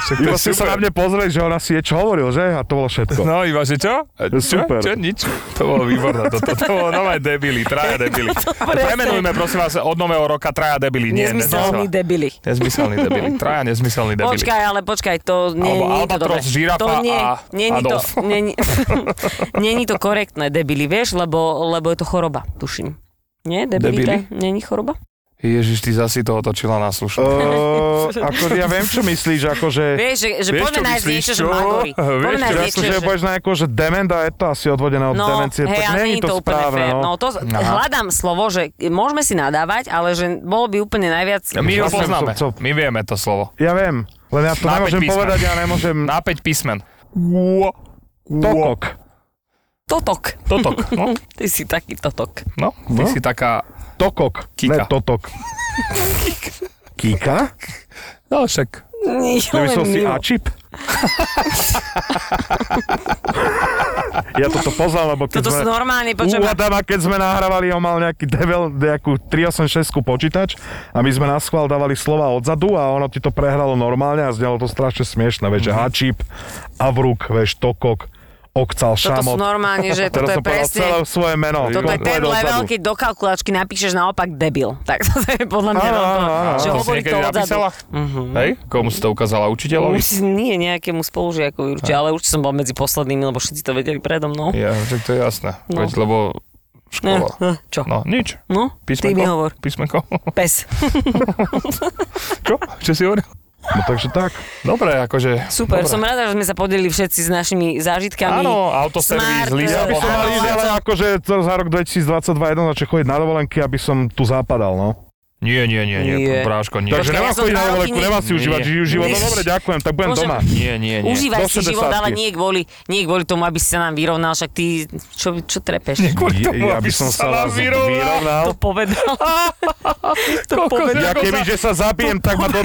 Však to
Iba
je
si sa
super.
na mne pozrieť, že ona si niečo hovoril, že? A to bolo všetko.
No, iba, že čo? Čo?
Super.
Čo? Nič. To bolo výborné. To, to, to bolo nové debili, traja debili. Premenujme, prosím vás, od nového roka traja debili. Nie, nezmyselný.
Nezmyselný debili.
Nezmyselný debili. Traja nezmyselný debili.
Počkaj, ale počkaj, to
Alebo
nie, nie je to
Albatros,
dobre.
žirafa
to nie,
a
nie, je to,
Adolf.
nie, nie- nie je to korektné, debili, vieš, lebo, lebo je to choroba, tuším. Nie, debilita,
Debili?
nie je choroba?
Ježiš, ty zasi to otočila na slušno.
Uh, ako, ja viem, čo myslíš, akože... Eh,
Vieš, že, že
Vieš,
poďme
čo
nájsť
myslíš,
niečo, že
čo?
Magori. Poďme
Vieš, čo?
nájsť
Ja
niečo,
som,
že...
že
No,
budeš na ako, že demenda je to asi odvodené od demencie,
hej,
tak
ale
nie
není
je to
úplne
správne,
fér.
no.
no to,
Aha.
hľadám slovo, že môžeme si nadávať, ale že bolo by úplne najviac...
My ho
vlastne
poznáme.
som- som-
My vieme to slovo.
Ja viem, len ja to
Na
nemôžem
päť písmen.
povedať, ja nemôžem...
Na 5 písmen.
Tokok.
Totok.
Totok. No,
Ty si taký totok.
no ty si taká...
Tokok.
Kika.
Ne, totok. Kika?
No však,
Nemyslel si
mimo.
Ačip? ja toto poznal, lebo keď
Toto sú
sme...
normálne,
U
počujem,
Adama, keď sme nahrávali, on mal nejaký devel, nejakú 386 počítač a my sme na schvál dávali slova odzadu a ono ti to prehralo normálne a znelo to strašne smiešne,
Mhm.
vieš, mm-hmm. hačip, avruk, vieš, tokok, okcal,
toto sú
šamot.
normálne, že
Teraz
toto je
som povedal
presne...
celé svoje
Toto
meno.
je
Komplet
ten
odzadu.
level, keď do kalkulačky napíšeš naopak debil. Tak to je podľa mňa
Áno,
na to,
áno,
áno.
že
áno,
To si
hovorí to
niekedy napísala?
odzadu.
hej, komu si to ukázala? Učiteľovi?
Už nie nejakému spolužiakovi určite, ale určite som bol medzi poslednými, lebo všetci to vedeli predo mnou.
Ja, však to je jasné.
No.
Veď, lebo
Ne,
škola.
ne, Čo?
No, nič.
No, ty
Písmenko?
mi hovor.
Písmenko?
Pes.
Čo? Čo si hovoril?
No takže tak.
Dobre, akože...
Super,
dobre.
som rada, že sme sa podelili všetci s našimi zážitkami.
Áno, autoservis,
Smart,
list,
eh,
Ja by som
áno,
mal ísť, ale
áno.
akože to za rok 2022 jednoznačne chodiť na dovolenky, aby som tu zapadal, no.
Nie, nie, nie, nie,
Nie.
práško, nie. No,
Počkaj,
Takže
ja
nemám
som
chodiť na
dva roky
dovolenku,
ne-
nemám si
Nie.
užívať ži- život. No
Nie.
dobre, ďakujem, tak budem
Môžem-
doma.
Nie, nie, nie.
Užívaj
Do
si život,
60-ky.
ale nie kvôli, nie kvôli tomu, aby si sa nám vyrovnal, však ty, čo, čo trepeš?
Kvôli tomu,
Ja
aby
by som
sa
sa
nám
vás
vyrovnal.
vyrovnal.
To povedal. to
Koľko
povedal.
Ja
Ako
keby,
za-
že sa zabijem, tak ma do,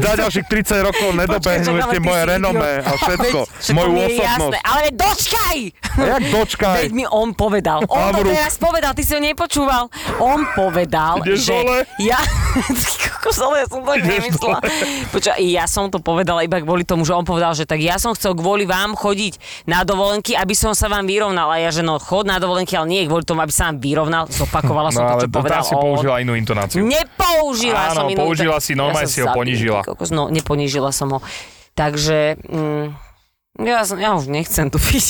na ďalších 30 rokov nedobehnú
Počkaj, čak, ale
ešte
ty
moje
si
renomé
idiot.
a všetko.
Veď, však to mi
Moju
je
osobnosť.
jasné, Ale veď dočkaj!
A jak dočkaj?
Veď mi on povedal. On to
Avruk.
teraz povedal, ty si ho nepočúval. On povedal,
Ideš
že
dole?
ja... Ty kokos, ale ja som to tak nemyslela. Počúvaj, ja som to povedala iba kvôli tomu, že on povedal, že tak ja som chcel kvôli vám chodiť na dovolenky, aby som sa vám vyrovnal. A ja, že no, chod na dovolenky, ale nie kvôli tomu, aby sa vám vyrovnal.
No
Zopakovala som
ale
to, čo
to
povedal
tam si
on.
použila inú intonáciu.
Nepoužila
Áno,
som inú...
použila si, normálne
som
si ho
zabila,
ponížila.
Kokos, no, neponížila som ho. Takže... Mm, ja, som, ja už nechcem tu byť.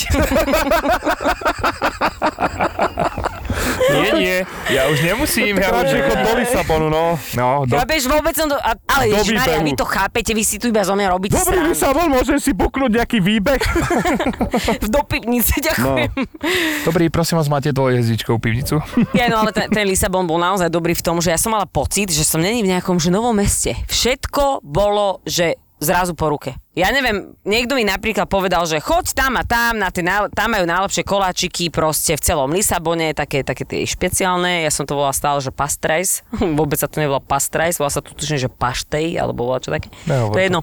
Nie, nie, ja už nemusím. Ja už...
Radšej chod do Lisabonu, no.
No, do...
Chápeš, vôbec som to... a- Ale
Do
Ježišmaria,
výbehu.
vy to chápete, vy si tu iba zo mňa robíte
Dobrý
srandu.
Lisabon, môžem si buknúť nejaký výbeh.
V do pivnice,
No.
No.
ďakujem.
Dobrý, prosím vás, máte dvojhezdičkovú pivnicu?
Ja, no ale ten, ten Lisabon bol naozaj dobrý v tom, že ja som mala pocit, že som není v nejakom že novom meste. Všetko bolo, že zrazu po ruke. Ja neviem, niekto mi napríklad povedal, že choď tam a tam, na tie, najle- tam majú najlepšie koláčiky proste v celom Lisabone, také, také tie špeciálne, ja som to volala stále, že pastrajs, vôbec sa to nevolá pastrajs, volá sa to tuším, že paštej, alebo volá čo také.
Nehovor
to je
to.
jedno.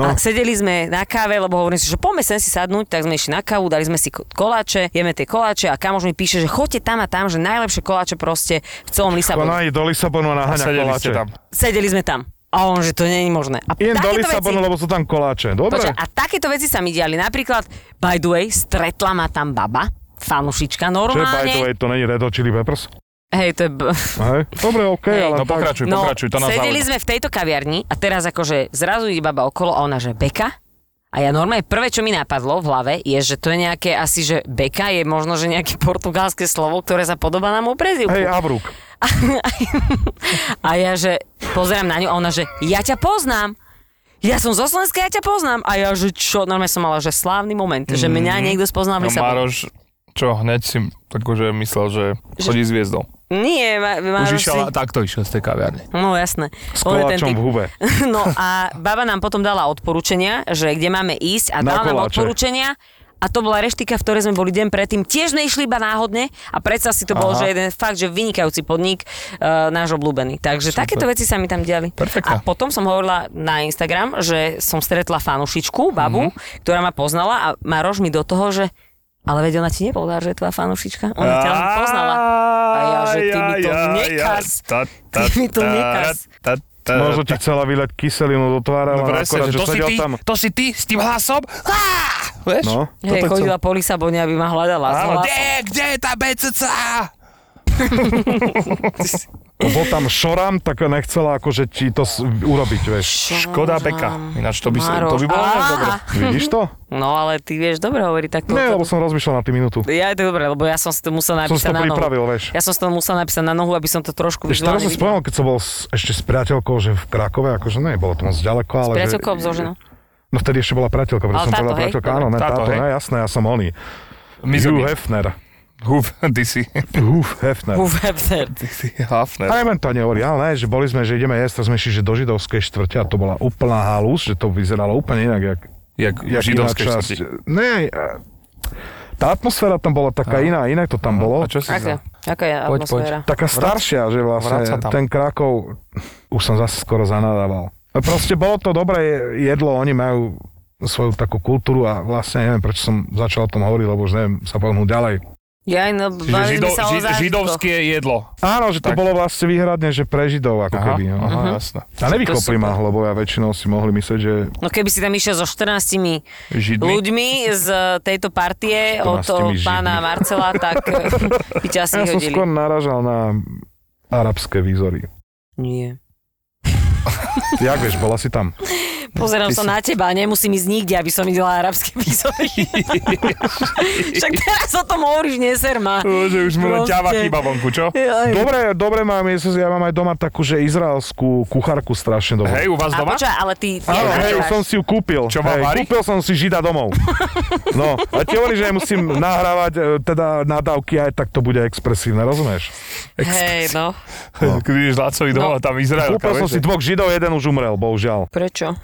No. A sedeli sme na káve, lebo hovorím si, že poďme sem si sadnúť, tak sme išli na kávu, dali sme si ko- koláče, jeme tie koláče a kamož mi píše, že choďte tam a tam, že najlepšie koláče proste v celom Lisabone.
Ona ide do Lisabonu a naháňa
Sedeli
koláče.
ste tam.
Sedeli sme tam. A on, že to nie je možné. A
Idem do
takéto
Lisabonu,
veci,
lebo sú tam koláče. Dobre.
Počkaj, a takéto veci sa mi diali. Napríklad, by the way, stretla ma tam baba, fanušička,
Čo je by the
normálne.
way, to není Red Hot Chili Peppers?
Hej, to je... b-
Hej. Dobre, OK,
Hej.
ale
No
tak...
pokračuj, pokračuj, to nás
sedeli
zaujíma.
sme v tejto kaviarni a teraz akože zrazu ide baba okolo a ona, že beka? A ja normálne prvé, čo mi napadlo v hlave, je, že to je nejaké asi, že beka je možno, že nejaké portugalské slovo, ktoré sa podobá na môj prezivku.
Hej, Avruk.
A ja, že pozerám na ňu a ona, že ja ťa poznám. Ja som zo Slovenska, ja ťa poznám. A ja, že čo, normálne som mala, že slávny moment, že mňa niekto spoznal
No
v Lisabone.
Maroš, čo, hneď si akože myslel, že chodí s hviezdou.
Nie, ma, ma,
Už
si...
išiel, takto išiel z tej kaviarne.
No jasné.
S
On je ten
koláčom
typ.
v hube.
No a baba nám potom dala odporúčania, že kde máme ísť a dala
Na
nám
koláče.
odporúčania a to bola reštika, v ktorej sme boli deň predtým. Tiež sme išli iba náhodne a predsa si to bol, že jeden fakt, že vynikajúci podnik uh, náš obľúbený. Takže Super. takéto veci sa mi tam diali.
Perfektne.
A potom som hovorila na Instagram, že som stretla fanušičku, babu, mm-hmm.
Mhm.
ktorá ma poznala a Maroš mi do toho, že ale veď ona ti nepovedala, že je tvoja fanušička. Ona ťa len poznala. A ja, že ty mi to nekaz. Ty mi to nekaz.
Možno ti chcela vyľať kyselinu do tvára,
No
no,
presne,
akorát,
že
že
to si
sedel
ty,
tam.
to si ty s tým hlasom. Á, Vieš?
No,
Hej,
toto
chodila po Lisabone, aby ma hľadala. s
Áno,
hlasom.
kde, kde je tá BCC?
chcel. Bol tam šoram, tak nechcela akože ti to s- urobiť, vieš.
Škoda Beka. Ináč to by, sa-
Maro.
to by bolo
Á.
ináč dobre.
Vidíš to?
No ale ty vieš dobre hovorí takto.
Nie, lebo som rozmýšľal na tým minútu.
Ja je to dobre, lebo ja som si to musel
Som si
napísať
to
na nohu.
pripravil, vieš.
Ja som si to musel napísať na nohu, aby som to trošku
Ešte teraz
vizuálne
som spomenul, keď som bol s, ešte s priateľkou, že v Krakove, akože ne, bolo to moc ďaleko, ale... že-
Priateľkou obzloženou.
No vtedy ešte bola priateľka, preto
Ale
som
táto,
povedal
hej?
priateľka, áno, ne,
Táto,
táto,
hej.
ne, jasné, ja som oný. Hugh
Mizogyny.
Hefner.
Huf, ty si.
Hugh Hefner.
Hugh Hefner.
Ty si
A
Hafner.
neviem to ani hovorí, ale ne, že boli sme, že ideme jesť, tak sme išli, že do židovskej štvrte a to bola úplná halus, že to vyzeralo úplne inak, jak,
Jak
jak
v židovskej
iná časť.
časti.
Ne, e, tá atmosféra tam bola taká iná, inak to tam
A
bolo.
čo si
Aká?
za?
Aká je
Poď,
atmosféra?
Taká staršia, že
Vráca
vlastne
tam.
ten Krakov, už som zase skoro zanadával. No Proste bolo to dobré jedlo, oni majú svoju takú kultúru a vlastne neviem, prečo som začal o tom hovoriť, lebo už neviem sa pohnúť ďalej.
Ja no,
Čiže
bavili
žido,
sme sa o
ži,
zážitkoch.
židovské jedlo.
Áno, že to
Tak.
bolo vlastne výhradne, že pre Židov, ako
Aha,
keby.
Mhm.
No.
aha, jasné.
A nevykopli ma, lebo ja väčšinou si mohli myslieť, že
No keby si tam išiel so 14
Židmi.
ľuďmi z e, tejto partie od
14 židmi.
pána Marcela, tak by ťa asi
ja som
hodili.
skôr naražal na arabské výzory.
Nie.
Jak vieš, bola si tam.
Pozerám
Ty
sa
si-
na teba, nemusím ísť nikde, aby som videla arabské výzory. Však teraz o tom hovoríš, neser ma.
Bože, už mu len
Proste.
ťava chýba vonku, čo?
Joj.
Dobre, dobre mám, ja som- ja mám aj doma takú, že izraelskú kuchárku strašne dobrú.
Hej, u vás
A
doma?
počkaj, ale ty... ty
Áno, hej, už som si ju kúpil.
Čo vám
hej,
varí?
Kúpil som si žida domov. No, a ti hovorí, že musím nahrávať e, teda nadávky, aj tak to bude expresívne, rozumieš?
Hej, no.
Keď ideš Lacovi doma, tam Izraelka.
Kúpil som
vieš,
si dvoch židov, jeden už umrel, bohužiaľ.
Prečo?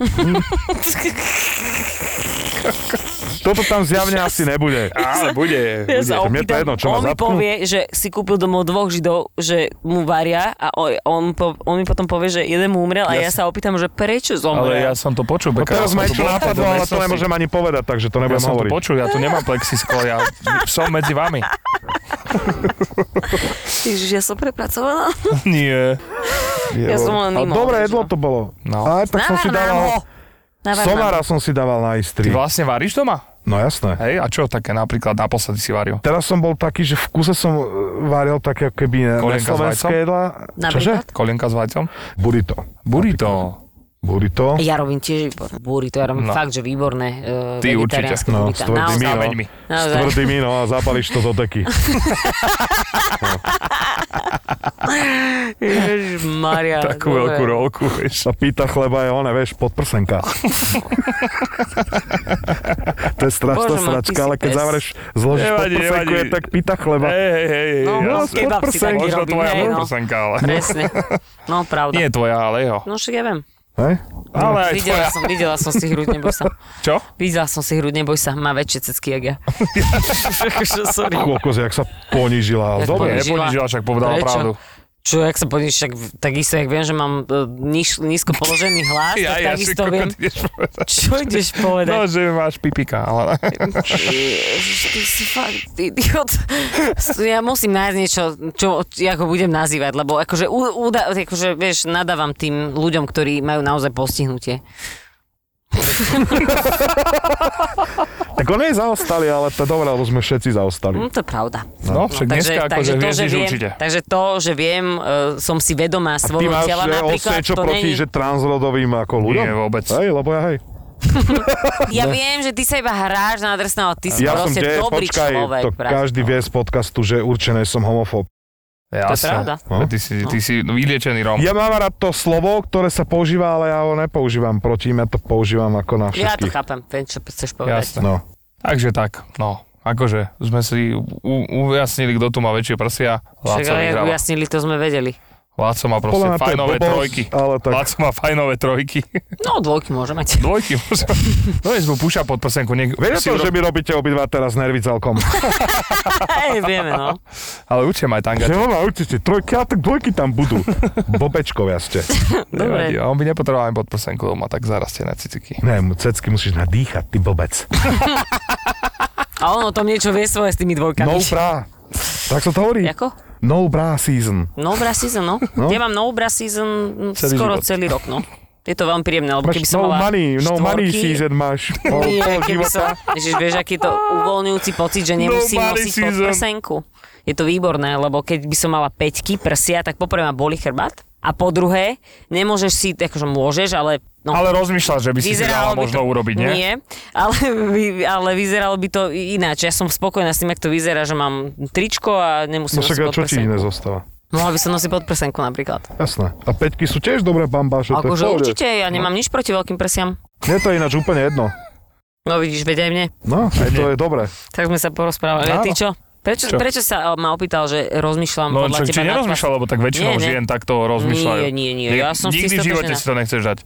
Toto tam zjavne asi nebude.
Ale bude. bude.
Ja sa
mne to
opýtam,
jedno, čo ma
on mi
zapnú.
povie, že si kúpil domov dvoch židov, že mu varia a on, on, po, on mi potom povie, že jeden mu umrel a ja, sa opýtam, že prečo
Ale
zomrel.
ja som to počul,
No
Beka.
teraz ma
Ja som
niečo
to-
napadlo, ale to
som si-
nemôžem ani povedať, takže to
Ja
nebudem
som to
hovoriť.
počul, ja tu nemám plexisklo, ja som medzi vami.
Ježiš, ja som prepracovaná.
Nie.
Ja som len
Ale
mimo.
dobré
vieš,
jedlo
no.
to bolo.
No.
Aj tak som si
Navar nám ho.
dával...
Navar nám
Somára som si dával na
Ty
istri.
vlastne varíš doma?
No jasné.
Hej, a čo také napríklad naposledy si varil?
Teraz som bol taký, že v kuse som e, varil také ako keby ne-
Kolenka s vajcom?
neslovenské jedla. Čože?
Napríklad?
Kolienka s vajcom?
Burrito.
Burrito.
Burrito.
Ja robím tiež výborné burrito, ja robím
No.
no. fakt, že výborné uh,
Ty
vegetariánske
určite.
burrito.
No,
Naozaj.
s tvrdými, no.
Zameň mi.
S
Naozaj.
tvrdými, no a zapališ to do deky.
Ježišmaria,
Takú
dobre.
veľkú rolku, vieš.
A pýta chleba je ona, vieš, podprsenka. to je strašná
Bože môj, ty
sračka,
si
ale keď
pes.
zavrieš, zložíš
Nevadí,
podprsenku,
nevadí.
je tak pýta chleba.
Hej, hej, hej, hej.
No,
ja
no,
som-
kebab si taký
Možno
robím,
tvoja
hej, no.
podprsenka, ale...
Presne. No, pravda.
Nie tvoja, ale jeho.
No však ja viem.
Hej?
Ale aj tvoja.
Videla som, videla som si hruď, neboj sa.
Čo?
Videla som si hruď, neboj sa, má väčšie cecky, jak ja. Akože, Sorry.
Kokos, jak sa ponížila.
Jak
Dobre,
ponížila.
Neponižila, však povedala
Prečo?
pravdu.
Čo, jak sa podíš, tak, takisto, jak viem, že mám e, níž, nízko položený hlas, ja, tak
si
takisto viem.
kokot ideš povedať.
Čo ideš povedať?
No, že máš pipika, ale...
Ježiš, ty si fakt idiot. Ja musím nájsť niečo, čo, ja ho budem nazývať, lebo akože, u, uda, akože vieš, nadávam tým ľuďom, ktorí majú naozaj postihnutie.
tak on je zaostali, ale to je dobré, lebo sme všetci zaostali.
Hm, to je pravda.
No, však dneska akože vieš, že
viem,
určite.
takže to, že viem, e, som si vedomá
A ty
svojho
máš
tela
že
napríklad,
osne, čo
to
proti,
není...
že transrodovým ako ľuďom?
Nie, vôbec.
Hej, lebo ja hej.
Ja viem, že ty sa iba hráš na drsného, ty si
Ja som
proste
tie,
dobrý
počkaj,
človek. no.
to
práve.
každý vie z podcastu, že určené som homofób.
To je pravda.
No.
Ty si, ty si vyliečený Róm.
Ja mám rád to slovo, ktoré sa používa, ale ja ho nepoužívam proti im, ja to používam ako na
Ja to
všetkých.
chápem, viem, čo chceš povedať.
Jasné.
No.
Takže tak, no. Akože sme si u- ujasnili, kto tu má väčšie prsia.
Však
Láco
ale jak
vyhráva.
ujasnili, to sme vedeli.
Láco má proste
Podľa mňa to je
fajnové
blbosť,
trojky.
ale tak.
Láco má fajnové trojky.
No, dvojky môže mať.
Dvojky môže. No je mu puša pod prsenku. Nech,
Vieš
si
to,
urob-
že mi robíte obidva teraz nervy celkom.
Hej, vieme, no.
Ale určite má aj tanga.
že ona určite, trojky, a tak dvojky tam budú. Bobečkovia ste.
Nevadí.
Dobre.
A on by nepotreboval ani pod prsenku doma, tak zarastie na ciciky.
Ne, mu cecky musíš nadýchať, ty bobec.
A ono tam niečo vie svoje s tými dvojkami.
No prá. Tak sa to hovorí.
Ako?
No bra season.
No bra season, no. no.
No.
Ja mám no bra season mm,
Celý
skoro
život.
celý rok, no. Je to veľmi príjemné, lebo keby
Máš
som
no
mala
money, no
štvorky,
money season máš. Pol,
Nie,
pol
keby
života.
som, Ježiš, vieš, aký je to uvoľňujúci pocit, že nemusím
No, money
nosiť pod
season.
prsenku. Je to výborné, lebo keď by som mala peťky prsia, tak poprvé ma boli chrbát a po druhé, nemôžeš si, akože môžeš, ale no,
Ale rozmýšľaš, že by si si dala možno uroby, urobiť, nie?
Nie, ale, vy- ale vyzeralo by to ináč. Ja som spokojná s tým, jak to vyzerá, že mám tričko a nemusím
No však
nosiť
a čo ti
podprsenku.
iné zostáva?
Mohla by som nosiť podprsenku napríklad.
Jasné. A peťky sú tiež dobré bambáše. No, to je v
Akože
pohode. No.
určite, ja nemám nič proti veľkým prsiam.
Mne to je ináč úplne jedno.
No vidíš, veď aj mne.
No, aj to je dobré.
Tak sme sa porozprávali. A ty
Áno.
čo? Prečo,
Čo?
prečo sa eh, ma opýtal, že rozmýšľam
No
podľa
čo,
teba
či
nad-
nerozmýšľal, lebo tak väčšinou
Nie, ne.
žien takto rozmýšľajú.
Nie, nie, nie,
Nik-
ja som si
Nikdy v živote
stotožnená.
si to nechceš dať.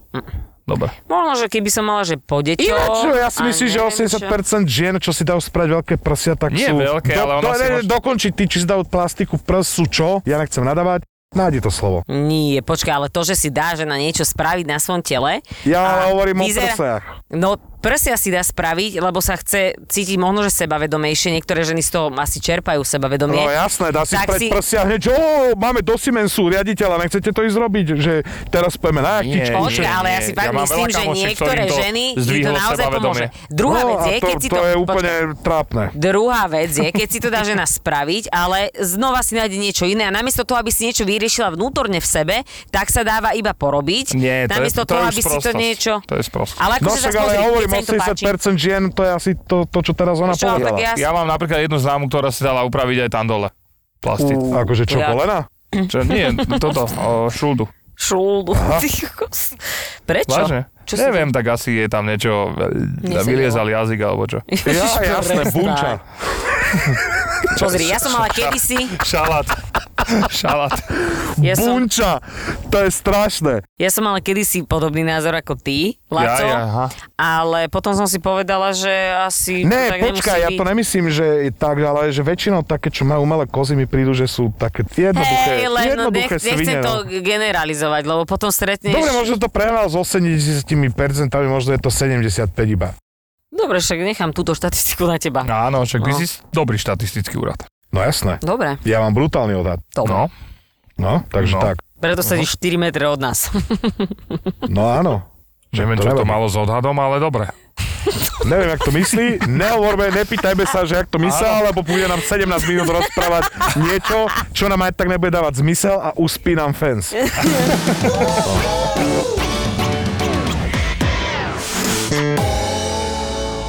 Dobre.
Možno, že keby som mala, že po deťo...
Ináč, ja si
a
myslím, že
neviem
80% žien, čo si dajú spraviť veľké prsia, tak
Nie
sú...
veľké, ale ono si
ne, ne,
môže-
Dokončiť, ty, či si dajú plastiku prs, sú čo? Ja nechcem nadávať. Nájdi to slovo.
čo. Nie, počkaj, ale to, že si dá žena niečo spraviť na svojom tele... a
Ja ale hovorím o
vyzerá-
prsiach.
No, prsia si dá spraviť, lebo sa chce cítiť možno, že sebavedomejšie. Niektoré ženy z toho asi čerpajú sebavedomie.
No jasné, dá si
Tak
spraviť
si-
prsia hneď, že "Ó, máme do Siemensu riaditeľa, nechcete to ísť robiť, že teraz pojeme na jachtičku.
Nie,
Počkaj,
nie,
ale ja
nie.
si fakt
Ja mám
myslím,
veľa
že
kamošiek,
niektoré
ktorým to
ženy ti to
zdvihlo
naozaj pomôže.
sebavedomie.
Druhá
no,
vec
a
je,
to,
keď si
to,
to...
je
počkaj.
úplne trápne.
Druhá vec je, keď si to dá žena spraviť, ale znova si nájde niečo iné a namiesto toho, aby si niečo vyriešila vnútorne v sebe, tak sa dáva iba porobiť.
Nie, to je,
namiesto
to
toho,
je už
aby si to
sprostosť.
niečo...
To je sprostosť.
Ale
No
akože
však
sa
ale
pozri,
ja hovorím,
keď sa im to páči.
80% žien, to je asi to, to čo teraz ona
Čo, tak
povedala.
ja,
Ja mám napríklad jednu známu, ktorá si dala upraviť aj tam dole. Plastic.
Akože čo,
Ja-
kolena?
Čo, nie, toto, o, šuldu.
šuldu. Ty kokos. Prečo?
Vážne?
Čo si-
Neviem, tak asi je tam niečo, e,
Mne sa
vyliezal jazyk alebo čo.
Ja,
Ježiš,
jasné,
prestaň.
bunča.
Pozri, ja som mala kedysi,
Šalát. Šalát.
ja som,
Bunča! To je strašné.
ja som mala kedysi podobný názor ako ty,
Ja,
Laco,
ja, aha.
ale potom som si povedala, že asi... to
Ne,
tak
počkaj,
nemusí
ja to
byť.
nemyslím, že je tak, ale že väčšinou také, čo majú umelé kozy, mi prídu, že sú také jednoduché,
Hej, len no, nech,
jednoduché
nechcem
svine.
to
no.
generalizovať, lebo potom stretneš...
Dobre, možno to prehral s 80 percentami, možno je to 75 iba.
Dobre, však nechám túto štatistiku na teba.
Áno, však ty
No.
si dobrý štatistický úrad.
No jasné.
Dobre,
Ja mám brutálny odhad.
dobre.
No,
No, takže
No.
tak.
Preto sedíš 4 metre od nás.
No áno.
neviem,
to
čo to
nevadí.
malo s odhadom, ale dobre.
Neviem, jak to myslí. Nehovorme, nepýtajme sa, že jak to myslel, lebo bude nám 17 minút rozprávať niečo, čo nám aj tak nebude dávať zmysel a uspí nám fans.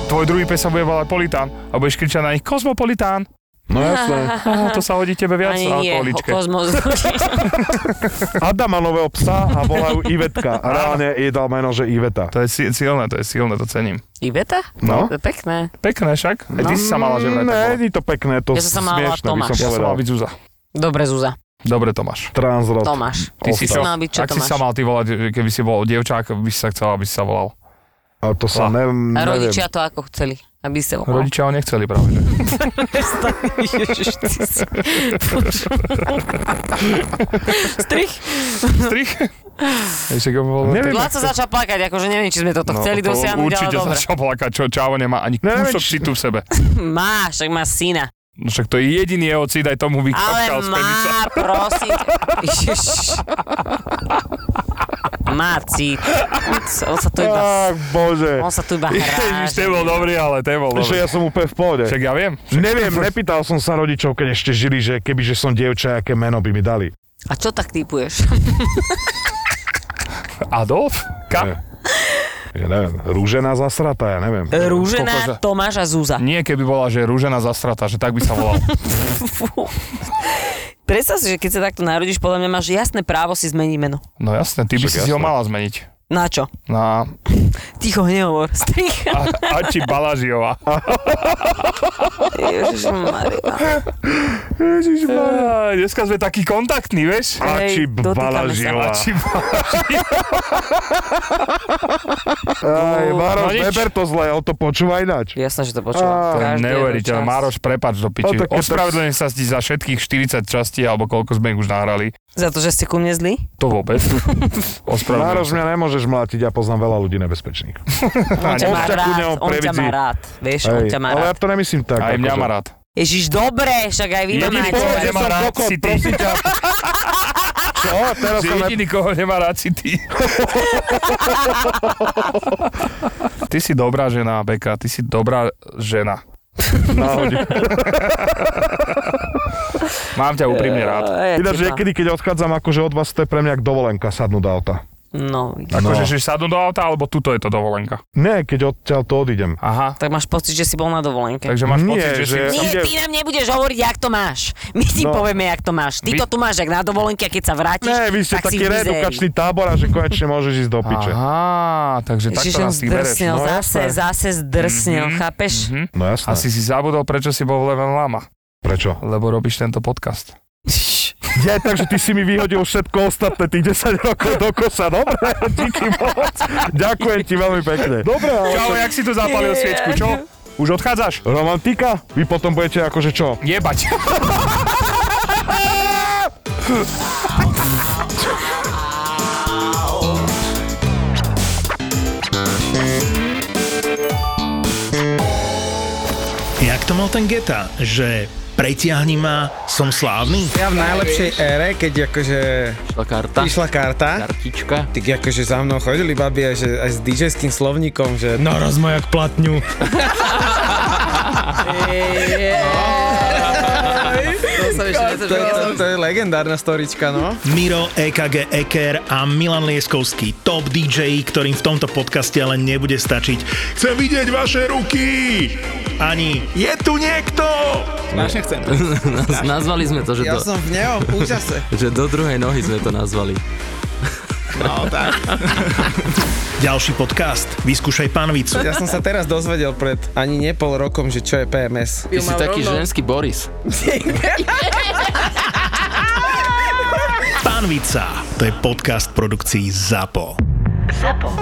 Tvoj druhý pes sa bude volať Politán a budeš kričať na nich Kozmopolitán.
No jasné.
Aha, to sa hodí tebe viac
Ani nie, ho-
alkoholičke.
kozmos.
Adama nového psa a volajú Ivetka. A reálne jej dal meno, že Iveta.
To je si- silné, to je silné, to cením.
Iveta?
No.
To je pekné.
Pekné však. Aj ty si sa mala, že vraj tak
Ne,
bola.
nie je to pekné, to
Ja som sa mala
smiešne by som
Tomáš.
Ja som
povedal.
mal byť Zúza.
Dobre, Zuza.
Dobre, Tomáš.
Transrod.
Tomáš.
Ty si
Ostal.
sa,
Mal byť čo,
ak si
Tomáš?
sa mal ty volať, keby si bol dievčák, by si sa chcel, aby si sa volal.
Ale to sa ne,
A
neviem.
rodičia to ako chceli, aby ste ho
Rodičia ho nechceli práve, že?
Ježiš, ty si- Bože. Strich.
Strich? Ešte keď bol...
Neviem,
Laco začal plakať, akože neviem, či sme toto
No,
chceli
to
dosiahnuť, ale
Určite
dobre.
začal plakať, čo Čavo nemá ani
Neviem,
kúsok
či-
citu v sebe.
Má, však má syna.
No však to je jediný jeho cít, aj tomu
Ale
vykapkal z penisa.
má, prosím. ťa. Ježiš. Má cít. On sa- On sa tu iba,
Ach, bože.
on sa tu iba hrá.
Ježiš, ten bol dobrý, ale ten bol
Že
dobrý.
ja som úplne v pohode.
Však ja viem.
Neviem, nepýtal som sa rodičov, keď ešte žili, že kebyže som dievča, aké meno by mi dali.
A čo tak typuješ?
Adolf? Ka?
Ja neviem, rúžená zasrata, ja neviem.
Eh.
Rúžená, Tomáš a Zúza.
Nie, keby bola, že rúžená zastrata, že tak by sa volal.
Fú. Predstav si, že keď sa takto narodíš, podľa mňa máš jasné právo si zmeniť meno.
No jasné, ty by
Však
si si ho
jasné.
mala zmeniť.
Na čo?
Na
Ticho, nehovor. Strich.
A- Ači Balažiová.
Ježišmarja.
Á, Dneska sme takí kontaktní, vieš?
Ači
Hej, dotýkame sa.
Balažiová.
Ači Balažiová.
Aj, Maroš,
No nič.
neber to zle, on to počúva ináč.
Jasné, že to počúvam.
To je
Ah.
Každý jeden
Neuveriteľné.
čas.
Mároš, prepač do piči.
No tak je to-
Ospravedlňujem sa ti za všetkých 40 častí, alebo koľko sme ich už nahrali.
Za to, že ste ku mne zlí?
To vôbec.
Maroš,
Ospravedlňujem sa.
mňa nemôžeš mlátiť, ja poznám veľa ľudí nebezpečných.
On ťa má
Ovča ku
rád,
ňom
on ťa má
previdí.
rád, vieš, on
Hej,
ťa má
ale ja
rád.
to nemyslím tak.
Aj mňa
akože-
má rád.
Ježiš, dobre, však aj vy to
Jediný
máte.
pohode
že
nemá
som
rád
kokot,
si ty.
prosím ťa. Čo? Teraz
Že
som ne...
jediný, koho nemá rád si ty. ty si dobrá žena, Beka, ty si dobrá žena.
náhodil.
Mám ťa úprimne
Eh,
rád.
No, Ja
Ináč
teba.
niekedy, keď odchádzam akože od vás, to je pre mňa jak dovolenka sadnúť do auta.
No, vidíš.
Akože, že sadnú do auta, alebo tuto je to dovolenka.
Nie, keď odtiaľ to odídem.
Aha,
tak máš pocit, že si bol na dovolenke.
takže máš
Nie,
pocit, že,
že-
si...
Nie,
Ide-
ty nám nebudeš hovoriť, jak to máš. My ti
No.
povieme, jak to máš. Ty
Vy-
to tu máš, jak na dovolenke, a keď sa vrátiš,
Ne, vy ste
tak si
taký
v mizérii.
reedukačný tábor a že konečne môžeš ísť do piče.
Aha, takže
Ježiš,
takto
on
nás ty bereš.
zdrsnil,
no jasné.
zase, zase zdrsnil, chápeš?
Mhm.
No jasné.
Asi si zabudol, prečo si bol v Leven Lama.
Prečo?
Lebo robíš tento podcast.
Ja, takže ty si mi vyhodil všetko ostatné, tých 10 rokov do kosa, dobre? Díky moc. Ďakujem ti veľmi pekne. Dobre, ale...
Čau, jak si tu zapálil sviečku, čo? Už odchádzaš?
Romantika? Vy potom budete akože čo?
Jebať.
Jak to mal ten Geta, že pretiahni ma, som slávny?
Ja v najlepšej ére, keď akože
Išla karta,
išla karta,
kartička.
tak akože za mnou chodili babi aj, že, aj s DJ-ským slovníkom, že no rozmajak platňu.
To sa ešte nechceš
To, to, to je legendárna storička, no.
Miro, EKG Eker a Milan Lieskovský, top DJ, ktorým v tomto podcaste ale nebude stačiť. Chcem vidieť vaše ruky! Ani je tu niekto!
Vážne chcem.
Naz- Nazvali sme to, že
Ja
do,
som v neom, úžase.
že do druhej nohy sme to nazvali.
Ďalší podcast. Vyskúšaj panvicu.
Ja som sa teraz dozvedel pred ani nepol rokom, že čo je PMS.
Ty si taký ženský Boris.
Panvica. To je podcast produkcií ZAPO.
ZAPO.